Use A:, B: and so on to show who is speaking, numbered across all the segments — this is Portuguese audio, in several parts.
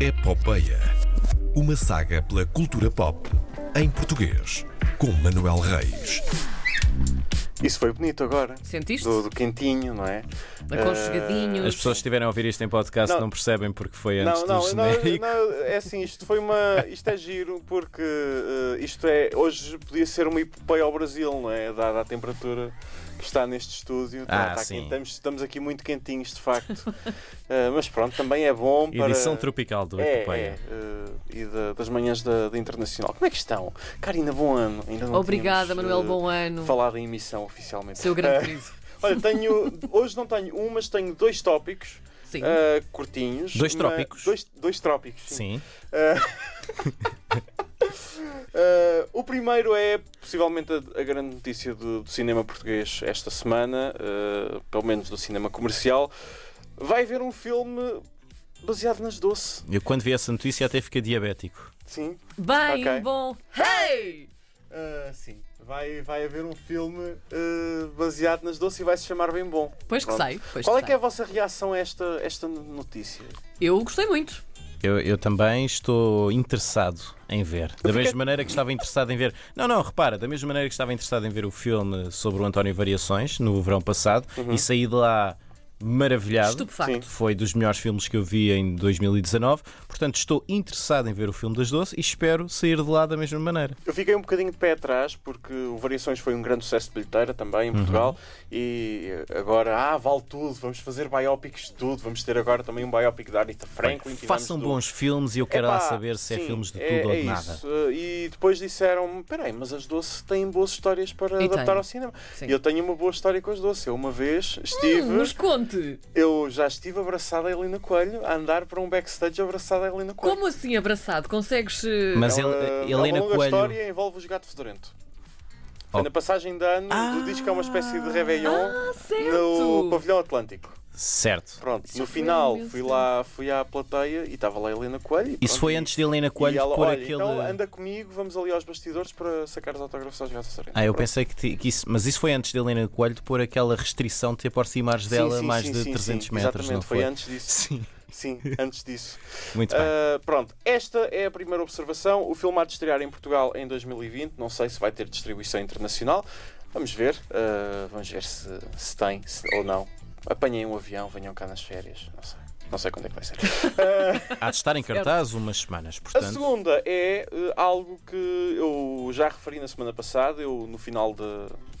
A: Epopeia. Uma saga pela cultura pop em português, com Manuel Reis.
B: Isso foi bonito agora.
C: Sentiste?
B: Do, do quentinho, não é?
C: Aconchegadinhos.
D: As pessoas que estiverem a ouvir isto em podcast
B: Não.
D: não, percebem porque foi antes
B: Ah, Não,
D: do
B: não, não,
D: genérico.
B: não, é assim, isto foi uma. Isto é giro, porque eh, isto é. Hoje podia ser uma epopeia ao Brasil, não é? Dada a temperatura que está neste estúdio. Tá-
D: Ah,
B: tá
D: sim.
B: quente, estamos, estamos aqui muito quentinhos, de facto. Eh, mas pronto, também é bom para.
D: Edição tropical do
B: É,
D: Epopeia.
B: é, eh, e da- das manhãs da, da Internacional. Como é que estão? Karina, bom ano. Ainda não
C: Obrigada,
B: tínhamos,
C: Manuel,
B: eh,
C: bom ano.
B: Falado em emissão oficialmente.
C: Seu
B: Eh,
C: grande querido.
B: Olha, tenho. Hoje não tenho um, mas tenho dois tópicos.
C: Sim.
B: ah, curtinhos.
D: Dois
B: mas-
D: trópicos?
B: Dois, dois trópicos. Sim.
D: Sim.
B: Ah, o primeiro é possivelmente a, a grande notícia do, do cinema português esta semana, ah, pelo menos do cinema comercial. Vai haver um filme baseado nas doce.
D: Eu quando vi essa notícia até fiquei diabético.
B: Sim.
C: Bem,
B: ok.
C: bom. Hey!
B: Ah, sim. Vai, vai haver um filme ah, baseado nas doce e vai se chamar Bem Bom.
C: Pois que
B: Pronto.
C: sei. Pois
B: Qual é
C: que
B: que é a vossa reação a esta, esta notícia?
C: sei. Eu gostei muito.
D: Eu, eu também estou interessado em ver. Da mesma maneira que estava interessado em ver. Não, não, repara, da mesma maneira que estava interessado em ver o filme sobre o António Variações no verão passado e saí de lá maravilhado.
C: Estupefacto.
B: Uhum. Sim.
D: Foi dos melhores filmes que eu vi em 2019. Portanto, estou interessado em ver o filme das 12 e espero sair de lá da mesma maneira.
B: Eu fiquei um bocadinho de pé atrás porque o Variações foi um grande sucesso de bilheteira também
D: Uhum.
B: em Portugal e agora, ah, vale tudo, vamos fazer biopics de tudo, vamos ter agora também um biopic da Anita Franklin. tivemos
D: Façam
B: do-
D: bons filmes e eu quero
B: Epá,
D: lá saber se
B: sim,
D: é filmes de tudo
B: é-
D: ou
B: é
D: de nada.
B: isso. Uh, E depois disseram-me: peraí, mas as doce têm boas histórias para
C: E
B: adaptar
C: tem.
B: ao cinema.
C: Sim.
B: E eu tenho uma boa história com as doce. Eu uma vez estive,
C: Hum, nos conte.
B: eu já estive abraçada a Helena Coelho a andar para um backstage abraçada a Helena Coelho.
C: Como assim, abraçado? Consegues. eh,
D: Mas
B: É uma-
D: Hel-
B: é uma
D: Helena
B: longa
D: Coelho.
B: história envolve o gato fedorento. Foi
D: Oh.
B: na passagem de ano do disco é uma espécie de Réveillon
C: Ah, certo.
B: no Pavilhão Atlântico.
D: Certo.
B: Pronto,
C: Isso
B: no
C: foi
B: final
C: imenso
B: fui lá, fui à plateia e estava lá a Helena Coelho. e
D: Isso
B: pronto,
D: foi
B: e-
D: antes de Helena
B: e
D: Coelho
B: ela,
D: pôr
B: olha,
D: aquele.
B: Então anda comigo, vamos ali aos bastidores para sacar os autógrafos aos gato fedorento.
D: Ah, eu
B: Pronto.
D: pensei que, ti- que isso. Mas isso foi antes de Helena Coelho de pôr aquela restrição de te aproximares
B: Sim,
D: dela
B: sim,
D: mais
B: sim,
D: de
B: sim,
D: 300
B: sim,
D: metros,
B: Exatamente,
D: não foi?
B: foi antes disso.
D: Sim.
B: Sim, antes disso.
D: Muito bem.
B: Ah, pronto, esta é a primeira observação. O filme há de estrear em Portugal em 2020. Não sei se vai ter distribuição internacional. Vamos ver. ah, vamos ver se, se tem se- ou não. Apanhem um avião, venham cá nas férias. Não sei. Não sei quando é que vai ser.
D: Há de estar em cartaz umas
B: Ah,
D: semanas,
B: A
D: portanto.
B: segunda é eh, algo que eu já referi na semana passada. Eu, no final de,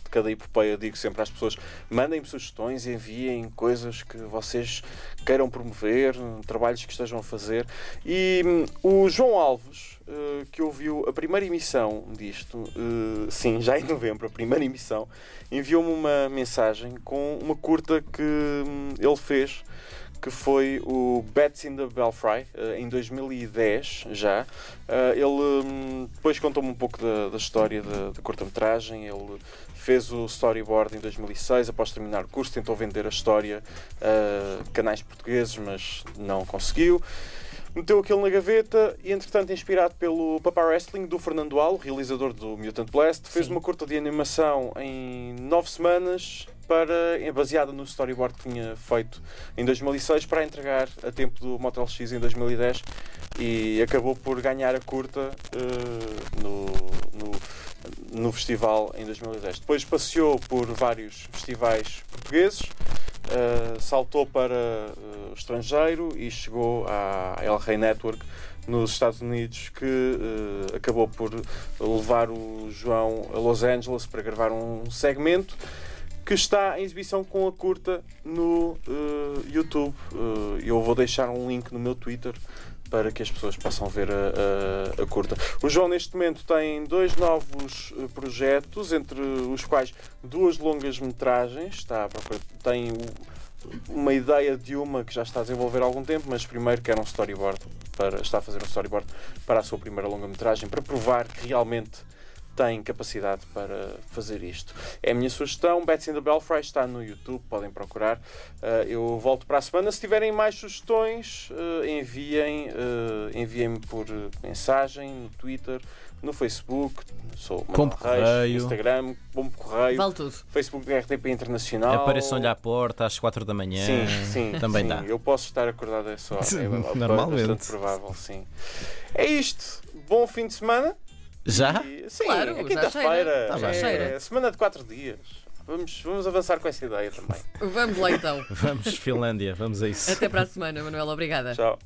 B: de cada epopeia, digo sempre às pessoas: mandem-me sugestões, enviem coisas que vocês queiram promover, hum, trabalhos que estejam a fazer. E hum, o João Alves, eh, que ouviu a primeira emissão disto, eh, sim, já em novembro, a primeira emissão, enviou-me uma mensagem com uma curta que hum, ele fez que foi o Bats in the Belfry, eh, em 2010 já. Eh, Ele hum, depois contou-me um pouco da, da história da, da curta-metragem. Ele fez o storyboard em 2006, após terminar o curso, tentou vender a história a canais portugueses, mas não conseguiu. Meteu aquilo na gaveta e, entretanto, inspirado pelo Papa Wrestling do Fernando Al, realizador do Mutant Blast, fez uma curta de animação em nove semanas, para, é baseada no storyboard que tinha feito em 2006 para entregar a tempo do Motel X em 2010 e acabou por ganhar a curta eh, no, no, no festival em 2010. Depois passeou por vários festivais portugueses, eh, saltou para eh, o estrangeiro e chegou à El Rey Network nos Estados Unidos que eh, acabou por levar o João a Los Angeles para gravar um segmento que está em exibição com a curta no eh, YouTube. Eh, eu vou deixar um link no meu Twitter para que as pessoas possam ver a, a- a curta. O João, neste momento, tem dois novos eh, projetos, entre os quais duas longas metragens. Está à procura- tem o- uma ideia de uma que já está a desenvolver há algum tempo, mas primeiro quer um storyboard. Para, está a fazer um storyboard para a sua primeira longa-metragem, para provar que realmente tem capacidade para fazer isto. É a minha sugestão. Betsy and the Belfry está no YouTube, podem procurar. Uh, eu volto para a semana. Se tiverem mais sugestões, uh, enviem, uh, enviem-me por uh, mensagem no Twitter, no Facebook. Sou Manuel
D: Pombo
B: Reis,
D: Correio.
B: Instagram, Pombo Correio,
C: Vale tudo.
B: Facebook da RTP Internacional.
D: Apareçam-lhe à porta às 4 da manhã.
B: Sim, sim.
D: Também
B: sim.
D: dá.
B: Eu posso estar acordado a essa hora. É
D: Normalmente.
B: bastante provável, sim. É isto. Bom fim de semana.
D: Já?
B: E, sim,
C: Claro,
B: é
C: já
B: quinta-feira.
C: cheira.
D: Já
B: é
C: cheira.
B: semana de quatro dias. Vamos, vamos avançar com essa ideia também.
C: Vamos lá então.
D: Vamos, Finlândia, vamos a isso.
C: Até para a semana, Manuela. Obrigada.
B: Tchau.